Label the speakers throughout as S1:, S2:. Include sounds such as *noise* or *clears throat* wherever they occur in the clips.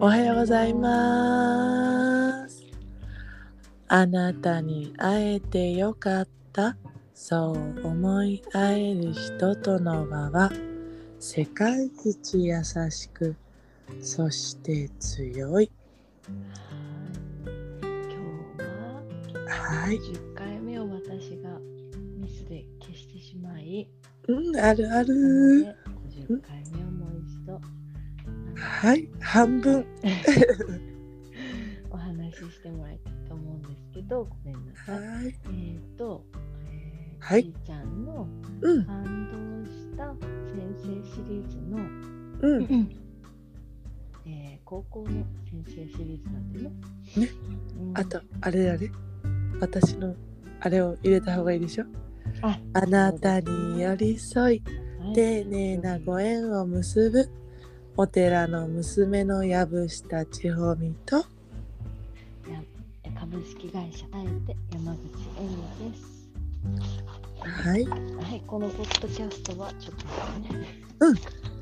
S1: おはようございます。あなたに会えてよかった。そう思い合える人との輪は世界一優しく、そして強い。
S2: 今日は
S1: はい。
S2: 10回目を私がミスで消してしまい、
S1: うん、あるあ
S2: なの
S1: る。
S2: で50回目をもう一度
S1: はい。半分。
S2: お話ししてもらいたいと思うんですけど、ごめんなさい。
S1: はい。
S2: えっ、と、えー
S1: はい
S2: じいちゃんの
S1: うん、
S2: 感動した先生シリーズの、
S1: うん。
S2: えー高校の先生シリーズなんでね。
S1: ね
S2: うん
S1: あと、あれあれ私の、あれを入れた方がいいでしょ
S2: あ
S1: あなたに寄り添い、
S2: はい
S1: 丁寧なご縁を結ぶお寺の娘の藪下千穂美と
S2: 株式会社あえて山口恵美です。
S1: はい
S2: はい、このポッドキャストはちょっとね、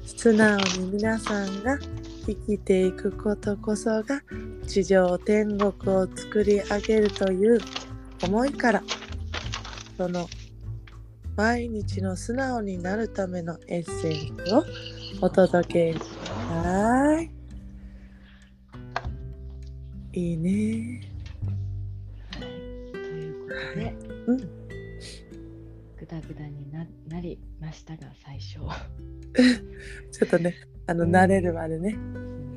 S1: 素直に皆さんが生きていくことこそが地上天国を作り上げるという思いからその毎日の素直になるためのエッセンスをお届けはーいいいね
S2: はい、ということ
S1: は
S2: で、
S1: うん
S2: グダグダにななりましたが最初。
S1: ちょっとねあの
S2: うん
S1: 慣れるまでね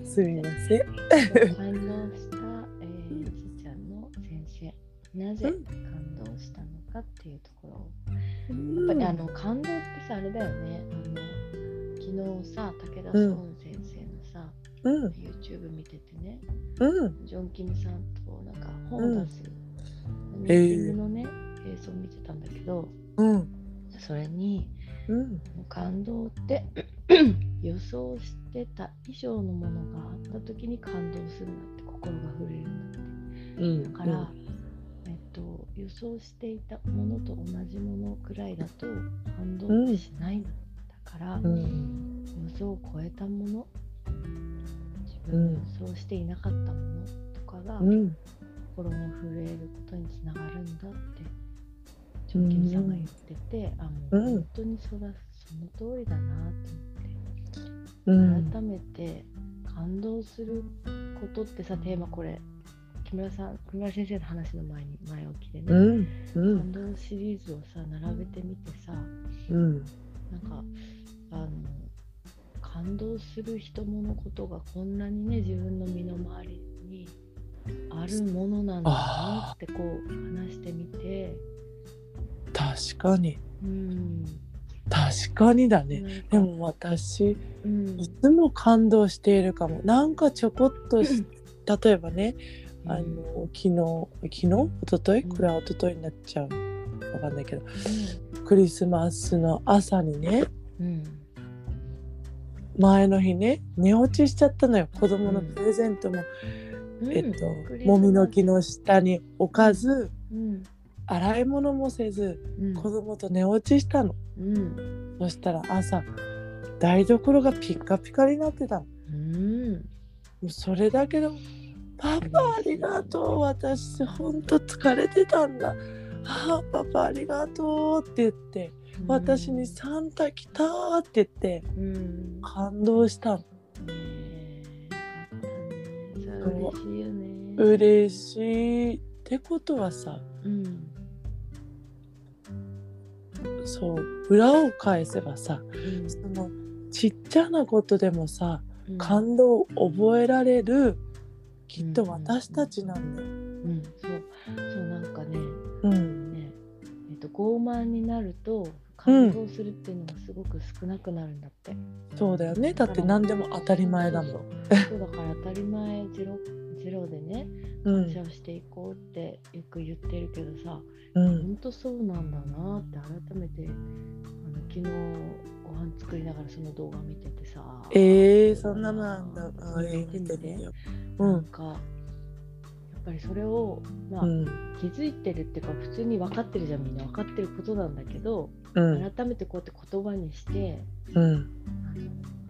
S1: す
S2: *laughs*
S1: みません
S2: 感動した、えー、ちいちゃんの先生、なぜ感動したのかっていうところを、やっぱりあの感動ってさあれだよね。あの昨日さ武田
S1: うん
S2: 孫先生のさ、
S1: うん
S2: YouTube 見ててね。
S1: うん
S2: ジョン・キムさんとなんか
S1: う
S2: 本
S1: ん
S2: を出すミーティングのね、映像を見てたんだけど
S1: うん
S2: それに
S1: うん
S2: 感動って *clears throat* 予想してた以上のものがあった時に感動するんだって心が震えるんだっ
S1: う
S2: て
S1: ん
S2: だから、えっと、予想していたものと同じものくらいだと感動ってしないんだから、
S1: うん
S2: 予想を超えたもの自分が予想していなかったものとかが、
S1: うん
S2: 心の震えることにつながるんだってチョンキムさんが言ってて、あもう
S1: うん
S2: 本当にそらその通りだなと
S1: う
S2: 思って
S1: ん
S2: 改めて感動することってさテーマこれ木村さん木村先生の話の前に前置きで
S1: う
S2: ね、
S1: んうん
S2: 感動シリーズをさ並べてみてさな
S1: うん
S2: んかあの感動する人物ことがこんなにね自分の身の回りにあるものなんだなってこう話してみて。
S1: 確かに
S2: うん
S1: 確かにだね
S2: なんか
S1: でも私
S2: うん
S1: いつも感動しているかもなんかちょこっとし例えばねあの昨日昨日一昨日これは一昨日になっちゃうわかんないけどクリスマスの朝にね
S2: うん
S1: 前の日ね寝落ちしちゃったのよ子供のプレゼントも、
S2: うん
S1: えっと
S2: クリスマス
S1: もみの木の下に置かず
S2: うん
S1: 洗い物もせず
S2: うん
S1: 子供と寝落ちしたの
S2: うん
S1: そしたら朝台所がピッカピカになってたのも
S2: うん
S1: うそれだけど「パパありがとう私ほんと疲れてたんだ」あーパパありがとうって言って私に「サンタ来た」って言って
S2: うん
S1: 感動したの
S2: ねえよかったねそれは嬉しいよね
S1: 嬉しいってことはさ
S2: うん
S1: そう裏を返せばさ
S2: うん
S1: そのちっちゃなことでもさ
S2: うん
S1: 感動を覚えられるきっと私たちなんだよ。
S2: うんそうそうなんかね
S1: うん
S2: ねえっと傲慢になると感動するっていうのがすごく少なくなるんだって
S1: *laughs* そうだよねだって何でも当たり前だも。
S2: そうんそうだから当たり前ゼロゼロでね
S1: う
S2: 感謝
S1: ん
S2: をしていこうってよく言ってるけどさ、
S1: うん
S2: 本当そうなんだなって改めてあの昨日ご飯作りながらその動画見ててさ、
S1: えー、そんなのなんだ。あーえー見てみよう。う
S2: なん
S1: ん
S2: かやっぱりそれを、まあ
S1: うん
S2: 気づいてるっていうか普通に分かってるじゃんみんな分かってることなんだけど、
S1: うん
S2: 改めてこうやって言葉にして
S1: うん
S2: あ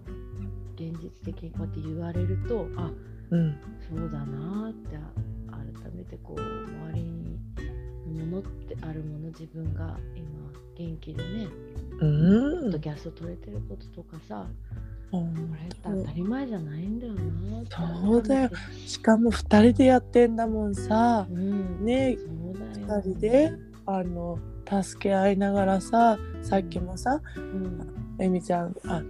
S2: の現実的にこうやって言われるとあ
S1: うん
S2: そうだなーって改めてこう周りにものってあるもの自分が今元気でね
S1: うん
S2: ちょっとギャスト取れてることとかさこれって
S1: 本
S2: 当たり前じゃないんだよなーって
S1: そうだよ当しかも2人でやってんだもんさ
S2: うん
S1: ね
S2: そうだよ
S1: 2人であの助け合いながらささっきもさ
S2: うん
S1: えみちゃんあ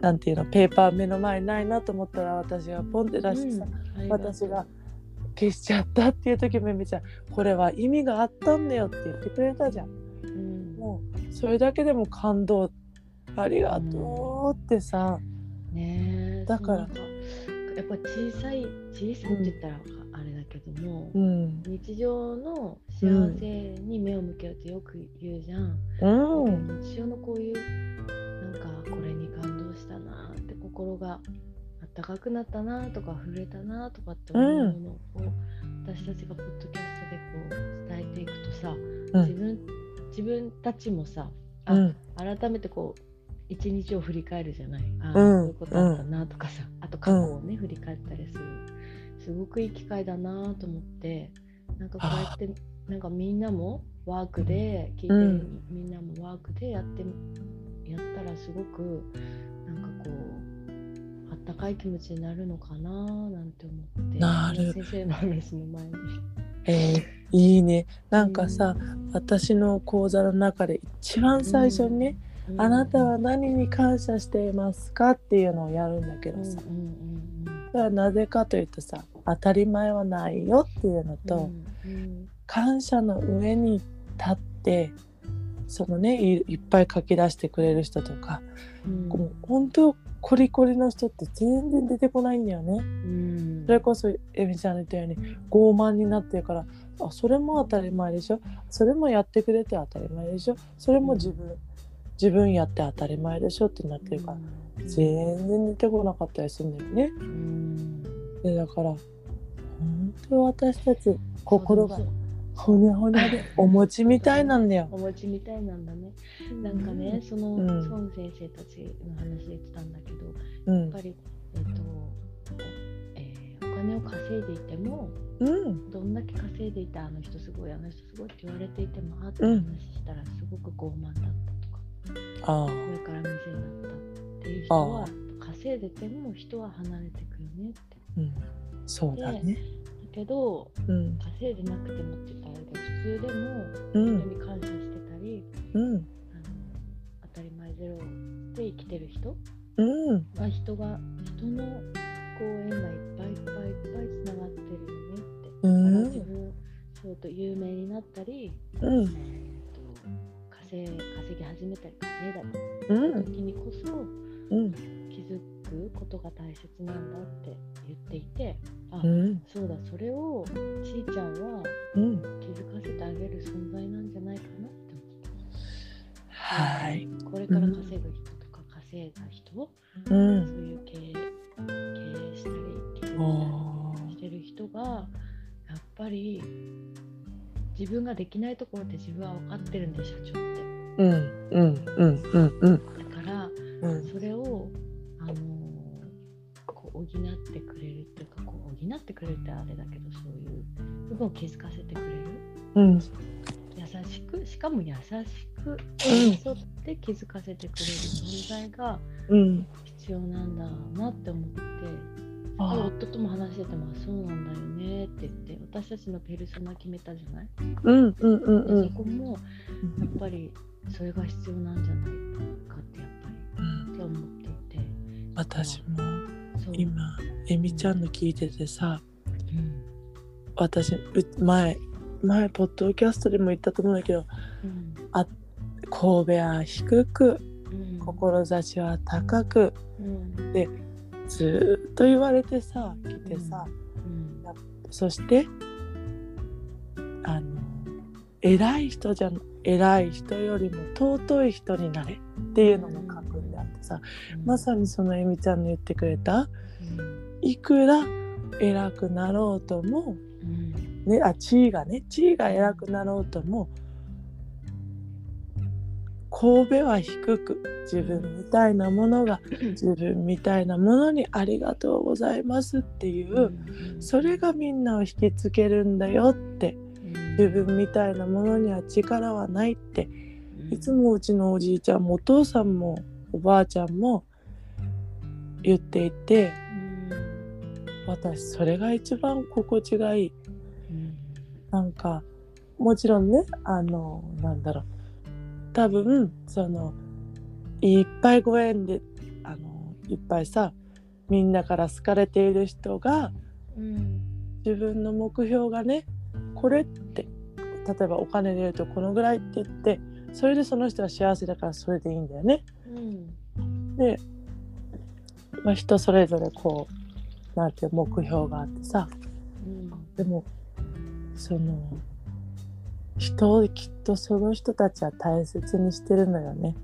S1: なんていうのペーパー目の前にないなと思ったら私がポンって出してさ、
S2: うんありとう
S1: 私が消しちゃったっていう時もえみちゃんこれは意味があったんだよって言ってくれたじゃん
S2: うん
S1: もうそれだけでも感動ありがとうってさ、
S2: ねえ
S1: だから
S2: そうなんかやっぱ小さい小さいって言ったらあれだけども、
S1: うん
S2: 日常の幸せに目を向けるってよく言うじゃん、
S1: うん
S2: 日常のこういうなんかこれに感動したなって心があったかくなったなとか震えたなとかって思うものを、私たちがポッドキャストでこう伝えていくとさ、
S1: うん
S2: 自分自分たちもさあ
S1: うん
S2: 改めてこう一日を振り返るじゃないああ、
S1: うん
S2: こういうことあったなとかさ、あと過去をね、振り返ったりするすごくいい機会だなと思ってなんかこうやってなんかみんなもワークで聞いてる、
S1: うん
S2: みんなもワークでやってやったらすごくなんかこうあったかい気持ちになるのかななんて思って
S1: なる
S2: 先生の話の前に。
S1: えーいいねなんかさ、私の講座の中で一番最初にね、
S2: うん
S1: あなたは何に感謝していますかっていうのをやるんだけ
S2: うんう
S1: ど
S2: ん
S1: さ、
S2: うんうん
S1: それはなぜかというとさ当たり前はないよっていうのと、
S2: うん
S1: 感謝の上に立ってそのねいいっぱい書き出してくれる人とか、
S2: うん
S1: もう本当コリコリの人って全然出てこないんだよね。
S2: うん
S1: それこそエミちゃんの言ったように傲慢になってるからあそれも当たり前でしょそれもやってくれて当たり前でしょそれも自分自分やって当たり前でしょってなってるから。
S2: うん
S1: 全然出てこなかったりするんだよね。
S2: うん
S1: でだから本当私たち心が
S2: そう
S1: ほにゃほにゃでお餅みたいなんだよ。
S2: お餅みたいなんだね。なんかね、その、
S1: うん
S2: 孫先生たちの話で言ってたんだけど、
S1: う
S2: やっ
S1: ん
S2: ぱり、えっ、と、えーお金を稼いでいても、
S1: うん
S2: どんだけ稼いでいたあの人すごい、あの人すごいって言われていても、あーって
S1: うん
S2: 話したらすごく傲慢だったとか、
S1: ああ
S2: これから店になったっていう人は
S1: あ、
S2: 稼いでても人は離れてくよねって。
S1: うんそうだね。
S2: だけど、
S1: うん
S2: 稼いでなくてもって言ったらあれだけど普通でも、
S1: う
S2: 人
S1: ん
S2: に感謝してたり、
S1: うん
S2: あの当たり前ゼロで生きてる人、
S1: うん
S2: まあ、人が人のこう縁がいっぱいいっぱいいっぱいつながってるよねって、
S1: う
S2: だから
S1: ん
S2: 自分そうと有名になったり、
S1: う
S2: え
S1: ん
S2: っと稼い稼ぎ始めたり稼いだり
S1: うん
S2: 時にこそ
S1: うん
S2: 気づくことが大切なんだって言っていてあ、
S1: うん
S2: そうだそれをちいちゃんは
S1: うん
S2: 気づかせてあげる存在なんじゃないかなって思って。
S1: はい
S2: これから稼ぐ人とか稼いだ人、
S1: う
S2: そうんいう経営経営したり起業
S1: お
S2: したりしてる人がやっぱり自分ができないところって自分は分かってるんで社長っ
S1: うんうんうんうんうん
S2: てだから
S1: うん
S2: それをあのーこう補ってくれるっていうかこう補ってくれるってあれだけどそういう部分を気づかせてくれる
S1: うん
S2: 優しくしかも優しく
S1: ん
S2: 寄り添って気づかせてくれる存在が、
S1: うん
S2: 必要なんだなって思って
S1: あー
S2: 夫とも話しててもあそうなんだよねって言って私たちのペルソナ決めたじゃない、
S1: うんうんうんう
S2: で
S1: ん
S2: そこもやっぱりそれが必要なんじゃないかってやっぱり
S1: うん
S2: って思っていて
S1: 私も
S2: そう、
S1: 今えみちゃんの聞いててさ
S2: うん
S1: 私う前前ポッドキャストでも言ったと思うんだけど
S2: うん
S1: 神戸は低く
S2: うん、、
S1: 志は高く
S2: うん
S1: ずーっと言われてさ来てさ、
S2: うん
S1: そしてあの偉い人じゃん偉い人よりも尊い人になれっていうのが書くんであってさまさにそのえみちゃんの言ってくれた
S2: うん
S1: いくら偉くなろうとも
S2: うん
S1: ね、あ地位がね地位が偉くなろうとも神戸は低く自分みたいなものが自分みたいなものにありがとうございますっていうそれがみんなを引きつけるんだよって自分みたいなものには力はないっていつもうちのおじいちゃんもお父さんもおばあちゃんも言っていて私それが一番心地がいいなんかもちろんねあのなんだろう多分そのいっぱいご縁であのいっぱいさみんなから好かれている人が自分の目標がねこれって例えばお金で言うとこのぐらいって言ってそれでその人は幸せだからそれでいいんだよね。で、まあ、人それぞれこうなんていう目標があってさでもその人をきっとその人たちは大切にしてるのよね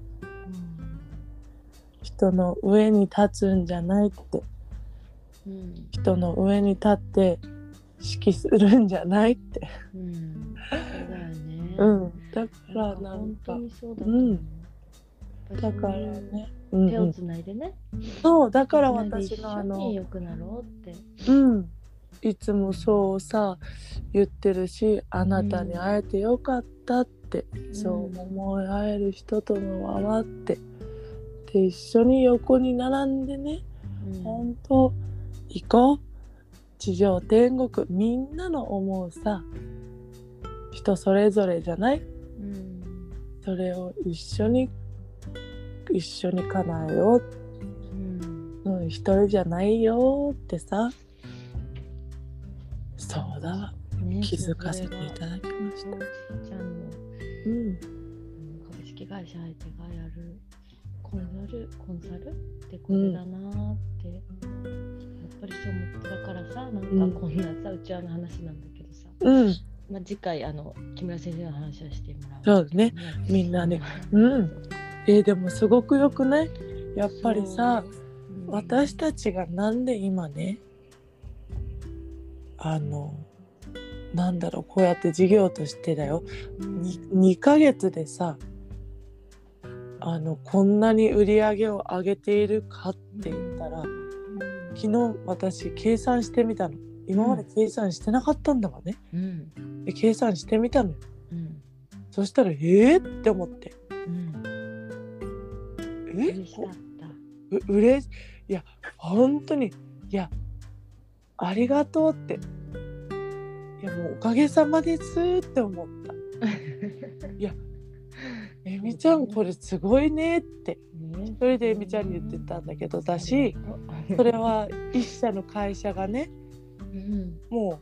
S1: 人の上に立つんじゃないって人の上に立って指揮するんじゃないってうんだからなんかだからねうん
S2: 手
S1: う
S2: を
S1: ん
S2: つないでね、
S1: そうだ
S2: だ
S1: から私のあの
S2: 良くなろうって、
S1: うん、いつもそうさ言ってるしあなたに会えてよかったって、そう思い合える人とのわわってで一緒に横に並んでね
S2: うん
S1: 本当行こう地上天国みんなの思うさ人それぞれじゃない
S2: うん
S1: それを一緒に一緒に叶えよう、
S2: うん
S1: うん、一人じゃないよってさそうだわ
S2: ね
S1: 気づかせていただきまし
S2: そ
S1: た
S2: れ。がおじいちゃんの
S1: うん、
S2: うん株式会社相手がやるコンサルコンサルってこれだなーって、やっぱりそう思ってだからさなんかこんなさ、うちわの話なんだけどさ、
S1: うん、
S2: まあ、次回あの木村先生の話をしてもらおう
S1: そうだねみんなねうんえーでもすごく良くないやっぱりさ、
S2: そう
S1: 私たちがなんで今ねあのなんだろうこうやって事業としてだよ
S2: うん
S1: に 2, ヶ月でさあのこんなに売り上げを上げているかって言ったら昨日私計算してみたの今まで計算してなかったんだわね、
S2: うん
S1: で計算してみたのよ
S2: うん
S1: そしたらえー、って思って
S2: うん
S1: え
S2: 嬉しかった
S1: ううれしいや本当にいやありがとうっていやもうおかげさまですって思ったえみちゃんこれすごいねって
S2: ね
S1: 一人でえみちゃんに言ってたんだけどだしそ
S2: そ
S1: れは一社の会社がね
S2: うん
S1: も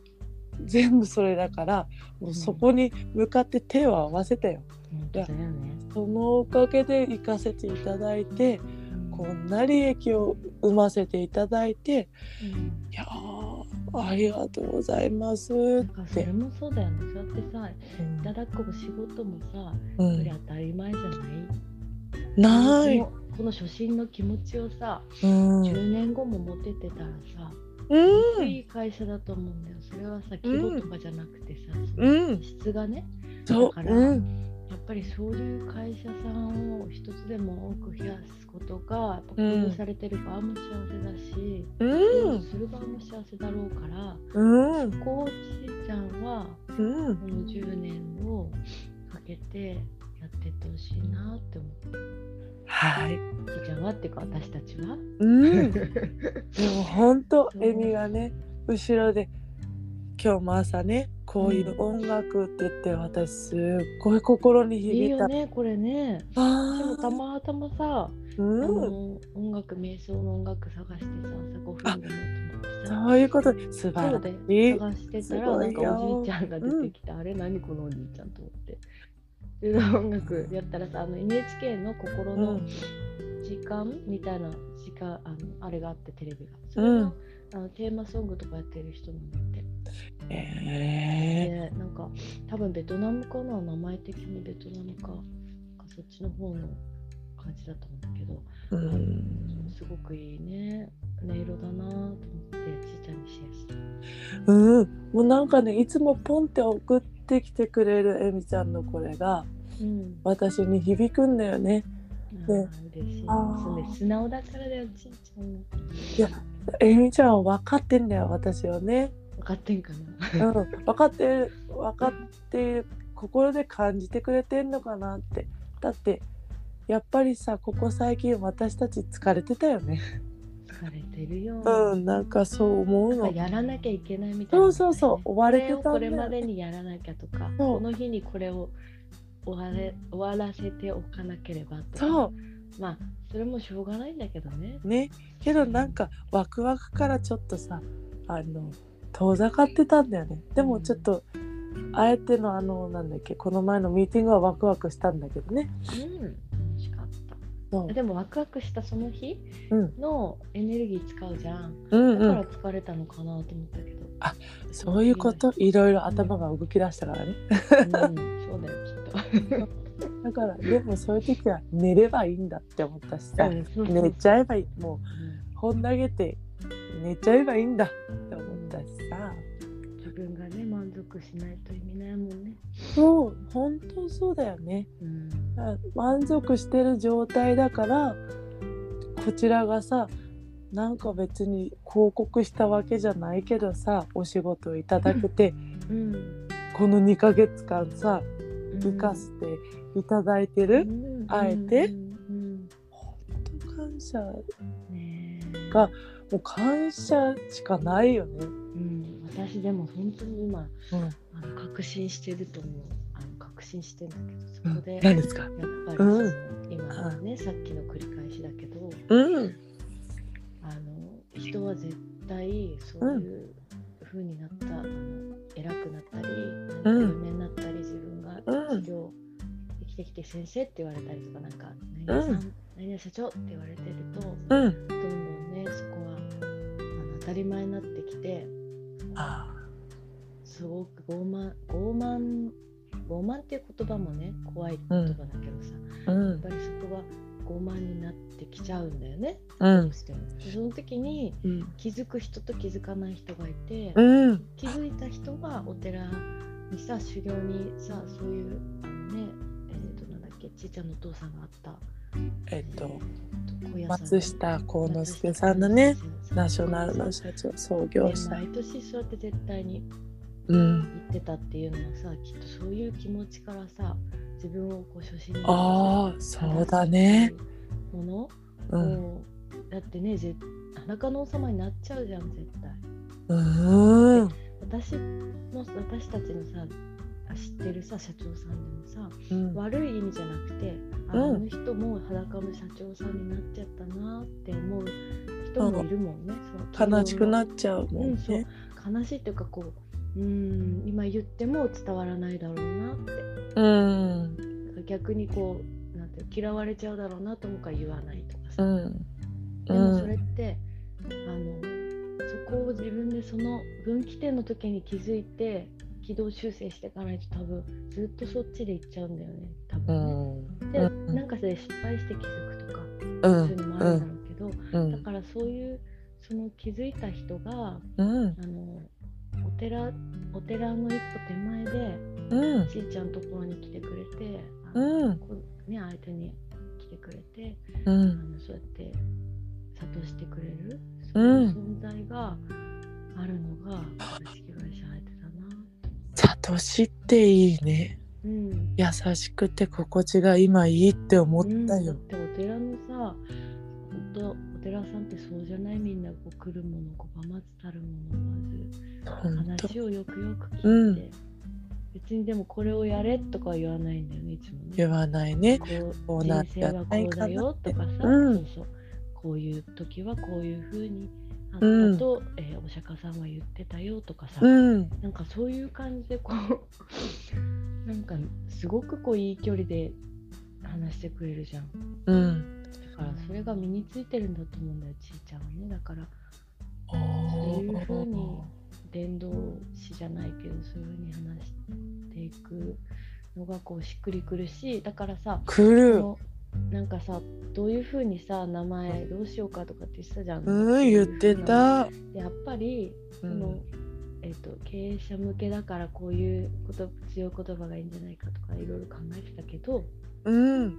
S1: う全部それだからもうそこに向かって手を合わせたよ
S2: 本当だよね
S1: そのおかげで行かせていただいてこんな利益を生ませていただいて
S2: うん
S1: いやーありがとうございます
S2: なんか
S1: っ
S2: それ
S1: て。
S2: もそうだよね。そうやってさ、いただくお仕事もさ、
S1: う
S2: それ
S1: ん、
S2: 当たり前じゃない。
S1: ない、
S2: このこの初心の気持ちをさ、
S1: うんうん
S2: 10年後も持ててたらさ、いい会社だと思うんだよ。それはさ、規模とかじゃなくてさ、その
S1: うん、
S2: 質がね、
S1: そう
S2: だ、から
S1: うん、
S2: やっぱりそういう会社さんを一つでも多く増やすことが、やっぱ工夫されてる側も幸せだし、
S1: う
S2: 工夫
S1: ん、
S2: する側も幸せだろうから、
S1: う
S2: そ
S1: ん、
S2: こをちいちゃんは、
S1: うん、
S2: この10年をかけてやってってほしいなって思って
S1: は
S2: じ
S1: い、
S2: いちゃんはっていうか私たちは、
S1: うん、でも本当
S2: そう
S1: エミがね、後ろで。今日も朝ね、こういう音楽って言って、私すっごい心に
S2: いい
S1: 響いた。
S2: よねこれねでも
S1: あ
S2: た
S1: あ、
S2: またまさ、あ
S1: うん、
S2: の音楽瞑想の音楽探してさ朝5分でもってさ
S1: そういうこと、
S2: そ
S1: 素晴
S2: う
S1: らし
S2: で
S1: い。
S2: 探してた
S1: す
S2: ら
S1: ご
S2: ないん
S1: よ
S2: かおじいちゃんが出てきて、あれ何このおじいちゃんと思ってで音楽やったらさあの NHK の心
S1: う
S2: の
S1: ん、
S2: 時間みたいな時間あのあれがあってテレビがそれの,、
S1: うん
S2: あのテーマソングとかやってる人なんだって
S1: え
S2: で
S1: え
S2: なんか多分ベトナムかな名前的にベトナムかなんかそっちの方の感じだと思うんだけど、
S1: ー、うん。
S2: すごくいいね音色だなと思ってちいちゃんにシェアした
S1: うん、もうなんかねいつもポンって送ってきてくれるえみちゃんのこれが
S2: うん
S1: 私に響くんだよね
S2: あー嬉しい
S1: あー
S2: そうね素直だからだよちいちゃんも
S1: いやえみちゃんは分かってんだよ私を *laughs* ね、
S2: 分かってんかな
S1: うん、分かってる分かってる心で感じてくれてんのかなってだってやっぱりさここ最近私たち疲れてたよね
S2: 疲れてるよ、
S1: うんなんかそう思う
S2: なんか
S1: の
S2: やらなきゃいけないみたいな、
S1: そうそうそう追わ
S2: こ
S1: れ
S2: れ
S1: て
S2: を
S1: た
S2: こ
S1: んだ
S2: れ
S1: よ
S2: まで
S1: ね
S2: にやらなきゃとか
S1: そう
S2: この日にこれを終われ終わらせておかなければとか
S1: そ
S2: まあそれもしょうがないんだけどね
S1: うねけどなんかワクワクからちょっとさあの遠ざかってたんだよねでもちょっとあえてのあのなんだっけこの前のミーティングはワクワクしたんだけどね
S2: うん楽しかった
S1: そう
S2: でもワクワクしたその日
S1: うん
S2: のエネルギー使うじゃん、
S1: うんう
S2: だか
S1: ん
S2: ら疲れたのかなと思ったけ
S1: *laughs*
S2: ど、
S1: そういうこといろいろ頭が動き出したからね
S2: うん、そうだよきっと
S1: だからでもそういう時は寝ればいいんだって思ったしさ、
S2: うんそうそう
S1: 寝ちゃえばいいもう本投げて寝ちゃえばいいんだって思ったしさ
S2: うん自分がね満足しないと意味ないもんね、
S1: そう本当そうだよね
S2: うん、
S1: だから満足してる状態だからこちらがさなんか別に広告したわけじゃないけどさお仕事をいただけて
S2: うん
S1: この2ヶ月間さ
S2: うん
S1: 生かせていただいてる、
S2: うん
S1: あえて
S2: うん
S1: 本当感謝も
S2: うんねえ
S1: がう感謝しかないよ
S2: う
S1: ね。
S2: ん、私でも本当に今
S1: うん
S2: あの確信してると思うあの確信してんだけどそこで、
S1: 何ですか
S2: やっぱりそ
S1: うん
S2: の、今のね、さっきの繰り返しだけど
S1: うん
S2: あの人は絶対そういう風になった、あの偉くなったりなんか
S1: うん
S2: 有名になったり自分が
S1: うん
S2: 企業生きてきて先生って言われたりとかなんか何
S1: うん
S2: 々さん、何々社長って言われてるとど
S1: うん
S2: んどんねそこはあの当たり前になってきて
S1: あ
S2: すごく傲慢傲慢傲慢っていう言葉もね怖い言葉だけどさ、
S1: う
S2: やっ
S1: ん
S2: ぱりそこは傲慢になってきちゃうんだよね、
S1: う
S2: ど
S1: ん
S2: うしてもでその時に
S1: うん
S2: 気づく人と気づかない人がいて、
S1: うん
S2: 気づいた人はお寺にさ修行にさそういうあのねえっ、となんだっけちいちゃんのお父さんがあった
S1: えっと
S2: えーと
S1: 松下幸之助さんのねナショナルの
S2: 社
S1: 社長創業
S2: 業
S1: 者
S2: 毎年そうやって絶対に
S1: う
S2: 言
S1: ん
S2: ってたっていうのはさきっとそういう気持ちからさ自分をこう初心に
S1: ああそうだね
S2: もの
S1: うん
S2: もうだってねぜ裸の王様になっちゃうじゃん絶対
S1: うん
S2: 私の私たちのさ知ってるさ社長さんでもさ
S1: うん
S2: 悪い意味じゃなくてあ,、
S1: うん
S2: の人も裸の社長さんになっちゃったなって思う人もいるもんね、その
S1: 悲しくなっちゃうもん
S2: うん
S1: ね
S2: そう悲しいっていうかこううーん今言っても伝わらないだろうなって
S1: うん
S2: 逆にこうなんていうの嫌われちゃうだろうなと思うから言わないとかさ、
S1: うん
S2: で
S1: う
S2: もそれっ
S1: ん
S2: て、あのそこを自分でその分岐点の時に気づいて軌道修正していかないと多分ずっとそっちで行っちゃうんだよね多
S1: う
S2: 分ね。
S1: ん
S2: で
S1: うん
S2: なんかそれ失敗して気づくとか
S1: う
S2: そういうんのもあるんだろうけど、
S1: うん
S2: だからそういうその気づいた人が
S1: うん
S2: あのお寺お寺の一歩手前で
S1: うん
S2: ちいちゃんのところに来てくれて、あ
S1: う
S2: の
S1: ん
S2: こうね、相手に来てくれて。
S1: う
S2: あ
S1: ん
S2: のそうやって諭してくれるそう
S1: うん
S2: いう存在があるのが私気会社入ってたな。
S1: 悟しっていいね
S2: うん。
S1: 優しくて心地が今いいって思っ
S2: うん
S1: た
S2: だ
S1: よ
S2: ってお寺のさ、ほんとお寺さんってそうじゃないみんなこう来るもの拒まずたるものまず
S1: 本当
S2: 話をよくよく聞いて、
S1: うん
S2: 別にでもこれをやれとかは言わないんだよねいつもね。
S1: 言わないね
S2: こ
S1: こ
S2: う
S1: う
S2: 人
S1: な
S2: 生はこうだよとかさ、
S1: うん
S2: そうそうこういう時はこういうふうにあったと、えーお釈迦さんは言ってたよとかさ、
S1: うん
S2: なんかそういう感じでこう *laughs* なんかすごくこういい距離で話してくれるじゃんだ
S1: うん
S2: からそれが身についてるんだと思うんだよちいちゃんはねだから
S1: お
S2: そういうふうに
S1: ー
S2: 伝道師じゃないけどそういうふうに話していくのがこうしっくりくるしだからさ
S1: 来る
S2: そのなんかさどういうふうにさ名前どうしようかとかって言ってたじゃん。
S1: うん言ってた
S2: でやっぱり、
S1: う
S2: その
S1: ん
S2: えっと経営者向けだからこういうこと強い言葉がいいんじゃないかとかいろいろ考えてたけど
S1: うん
S2: やっ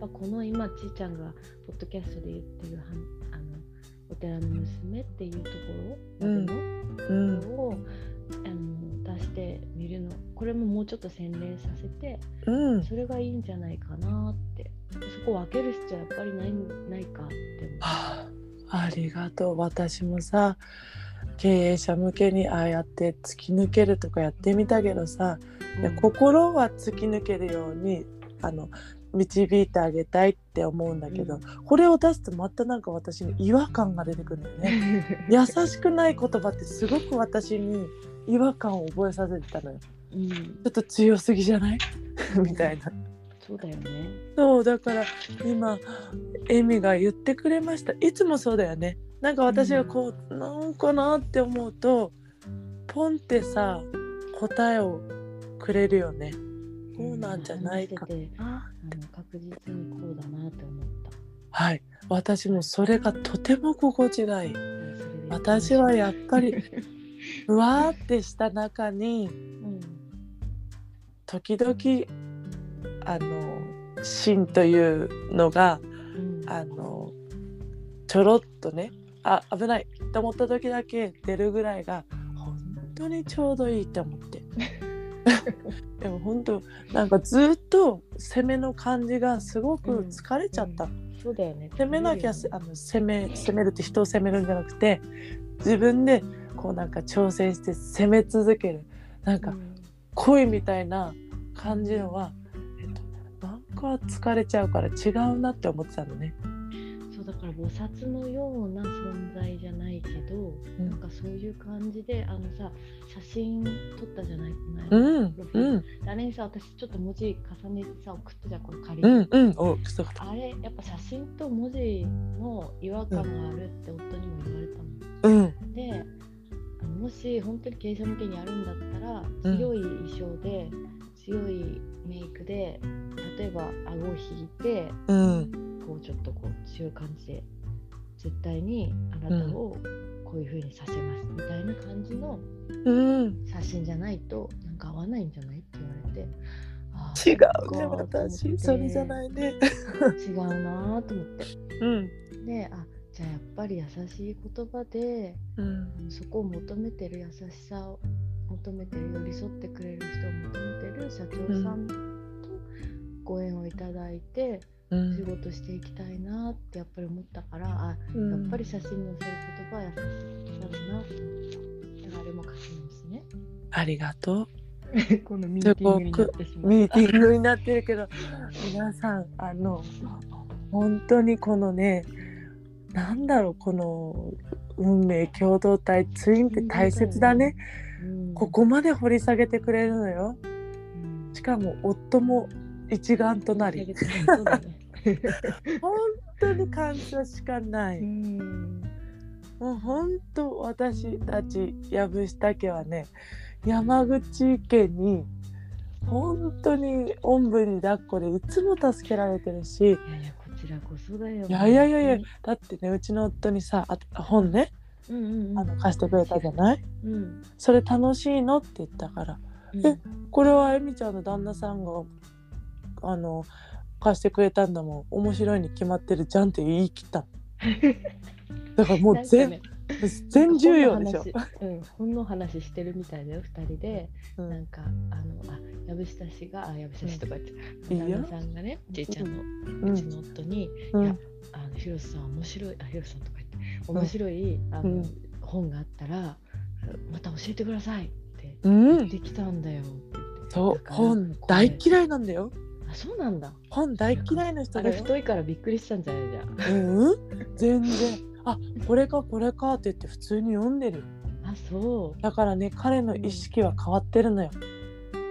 S2: ぱこの今ちーちゃんがポッドキャストで言ってるはあのお寺の娘っていうところまでの
S1: うん
S2: を、あの出してみるのこれももうちょっと洗練させて
S1: うん
S2: それがいいんじゃないかなってそこ分ける必要はやっぱりないないかって思う
S1: はあありがとう私もさ経営者向けにああやって突き抜けるとかやってみたけどさ、いや
S2: うん
S1: 心は突き抜けるようにあの導いてあげたいって思うんだけど、
S2: う
S1: これを出すとまたなんか私に違和感が出てくるんだよね。優しくない言葉ってすごく私に違和感を覚えさせてたのよ。ち
S2: *laughs* うん
S1: ょっと強すぎじゃない *laughs* みたいな。
S2: そうだよね
S1: そうだから今エミが言ってくれましたいつもそうだよねなんか私がこう、なんかなって思うとポンってさ答えをくれるよねそうなんじゃないか
S2: 話しててあの確実にこうだなって思った
S1: はい私もそれがとても心地がいい
S2: うんそれで
S1: 私はやっぱりふわーってした中に
S2: うん
S1: 時々あの芯というのが
S2: うん
S1: あのちょろっとねあ危ないと思った時だけ出るぐらいが本当にちょうどいいと思って
S2: *laughs*
S1: でも本当なんかずっと攻めの感じがすごく疲れちゃった、
S2: そうだよね
S1: 攻めなきゃ
S2: そうだ
S1: あ
S2: よね
S1: の攻め攻めるって人を攻めるんじゃなくて自分でこうなんか挑戦して攻め続けるなんか
S2: うん
S1: 恋みたいな感じのは、えっと、なんか疲れちゃうから違うなって思ってたのね。
S2: そうだから菩薩のような存在じゃないけど、
S1: うん
S2: なんかそういう感じであのさ写真撮ったじゃないこの
S1: う
S2: 間
S1: んうん
S2: あれにさ私ちょっと文字重ねてさ送ったじゃんこれ仮に、
S1: うんうんおそう
S2: あれやっぱ写真と文字の違和感があるって夫にも言われたの、
S1: うん
S2: であのもし本当に経営者向けにやるんだったら
S1: うん
S2: 強い衣装で、強いメイクで例えば顎を引いて
S1: うん
S2: こうちょっとこう強い感じで絶対にあなたをこういう風にさせますみたいな感じの
S1: うん
S2: 写真じゃないとなんか合わないんじゃないって言われてあ
S1: 違
S2: そ
S1: うね
S2: っかと思って
S1: 私それじゃないね。
S2: 違うなーと思って
S1: うん
S2: であじゃあやっぱり優しい言葉で
S1: うん
S2: そこを求めてる優しさを求めてる寄り添ってくれる人を求めてる社長さんとご縁をいただいて
S1: う
S2: 仕
S1: ん
S2: 事していきたいなってやっぱり思ったからあ
S1: うん
S2: やっぱり写真に載せる言葉は優しさだなと思っただからあれも書きますね。
S1: ありがと
S2: このミ
S1: ーティングになって
S2: し
S1: うミーティングになってるけど皆さんあの本当にこのねなんだろうこの運命共同体ツインって大切だね。ここまで掘り下げてくれるのよしかも夫も一丸となり。
S2: そうだ
S1: *laughs*
S2: ね。
S1: 本当に感謝しかないう
S2: ん
S1: もう本当私たち藪下家はね山口家に本当におんぶに抱っこでいつも助けられてるし
S2: いやいやこちらこそだよ。
S1: いやいやいやいやだってねうちの夫にさあ本ね
S2: うんうんうん。
S1: あの貸してくれたじゃない
S2: うん
S1: それ楽しいのって言ったから
S2: うん
S1: えこれはあゆみちゃんの旦那さんがあの貸してくれたんだもん面白いに決まってるじゃんって言い切った
S2: *laughs*
S1: のだからもう全、
S2: なんかね
S1: 全重要でしょ。
S2: 本の話うん、本の話してるみたいだよ、二人で。
S1: うん
S2: なんか、あの、あ、藪下氏が、あ、藪下氏とか言って
S1: うん
S2: 旦
S1: いいよ
S2: 那さんがね、じいちゃんの、
S1: う
S2: うち
S1: ん
S2: の夫に、
S1: うん
S2: あの、広瀬さん面白い、あ、広瀬さんとか言って、面白い、あの、
S1: うん
S2: 本があったら、また教えてくださいって
S1: うん
S2: 言ってきたんだよって言って。
S1: そう
S2: だから
S1: 本
S2: これ
S1: 大嫌いなんだよ
S2: あ、そうなんだ。
S1: 本大嫌いな人
S2: あ
S1: だ
S2: れ
S1: よ、
S2: 太いからびっくりしたんじゃないじゃん。
S1: うん、全然あこれかこれかって言って普通に読んでるよ
S2: あ、そう。
S1: だからね彼の意識は変わってるのよ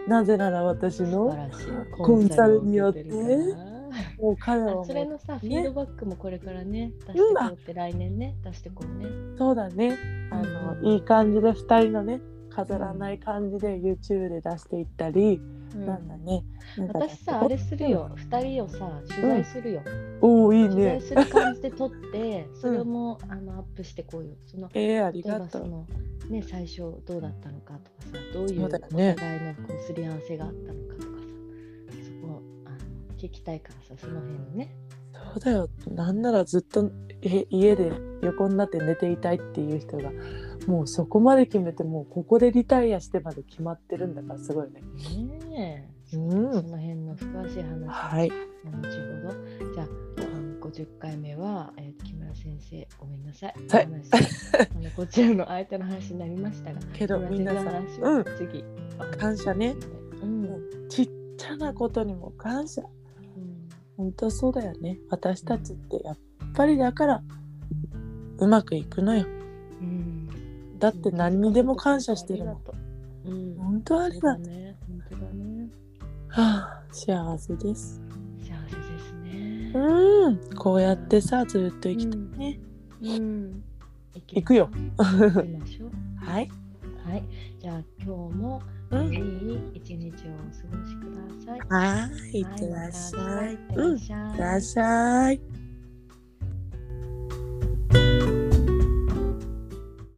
S1: なぜなら私
S2: 素晴
S1: の
S2: らしい。
S1: コンサルによって
S2: コンサルを受けるから
S1: もう彼はも
S2: あ
S1: う
S2: それのさ、フィードバックもこれからね、出して
S1: うん
S2: こうって来年ね、出してこうね。
S1: そうだねあの
S2: うん
S1: いい感じで2人のね飾らない感じで YouTube で出していったり、
S2: うん
S1: なんだねなんか
S2: 私さあれするよ2人をさ取材するよ、
S1: おおいい
S2: 取材
S1: ね
S2: する感じで撮ってそれも、あのアップしてこうよその
S1: えー、あり
S2: 例え
S1: が
S2: ば
S1: と
S2: そうのね最初どうだったのかとかさどうい
S1: そうう
S2: お
S1: だよね
S2: 互いのこうすり合わせがあったのかとかさそこあの聞きたいからさその辺のね
S1: そうだよなんならずっとえ家で横になって寝ていたいっていう人がもうそこまで決めてもうここでリタイアしてまで決まってるんだからすごいね
S2: ねえ、
S1: うん
S2: その辺の詳しい話
S1: はい
S2: 後ほどじゃああの50回目は、えー木村先生ごめんなさい、
S1: はい
S2: お話しあのこちらの相手の話になりましたが
S1: けど
S2: 木村先生の話
S1: 皆さん
S2: を次、うん
S1: 感謝ね
S2: うん、
S1: う
S2: うん
S1: ちっちゃなことにも感謝本当そうだよね私たちってやっぱりだからうまくいくのよ
S2: うん
S1: だって何にでも感謝してるもん。
S2: うん、
S1: 本当ありだ、は
S2: ね。本当だね。
S1: あ、幸せです
S2: 幸せですね。
S1: うんこうやってさずっと生きてね、
S2: うん。
S1: 行くよ。
S2: 行きましょう。
S1: はい
S2: はい。じゃあ今日も
S1: う
S2: い
S1: ん
S2: い一日をお過ごしください。
S1: はーいいってらっしゃい
S2: はまた明日いって
S1: う
S2: ら
S1: ん
S2: っ
S1: い
S2: しゃい。
S1: ってらっしゃい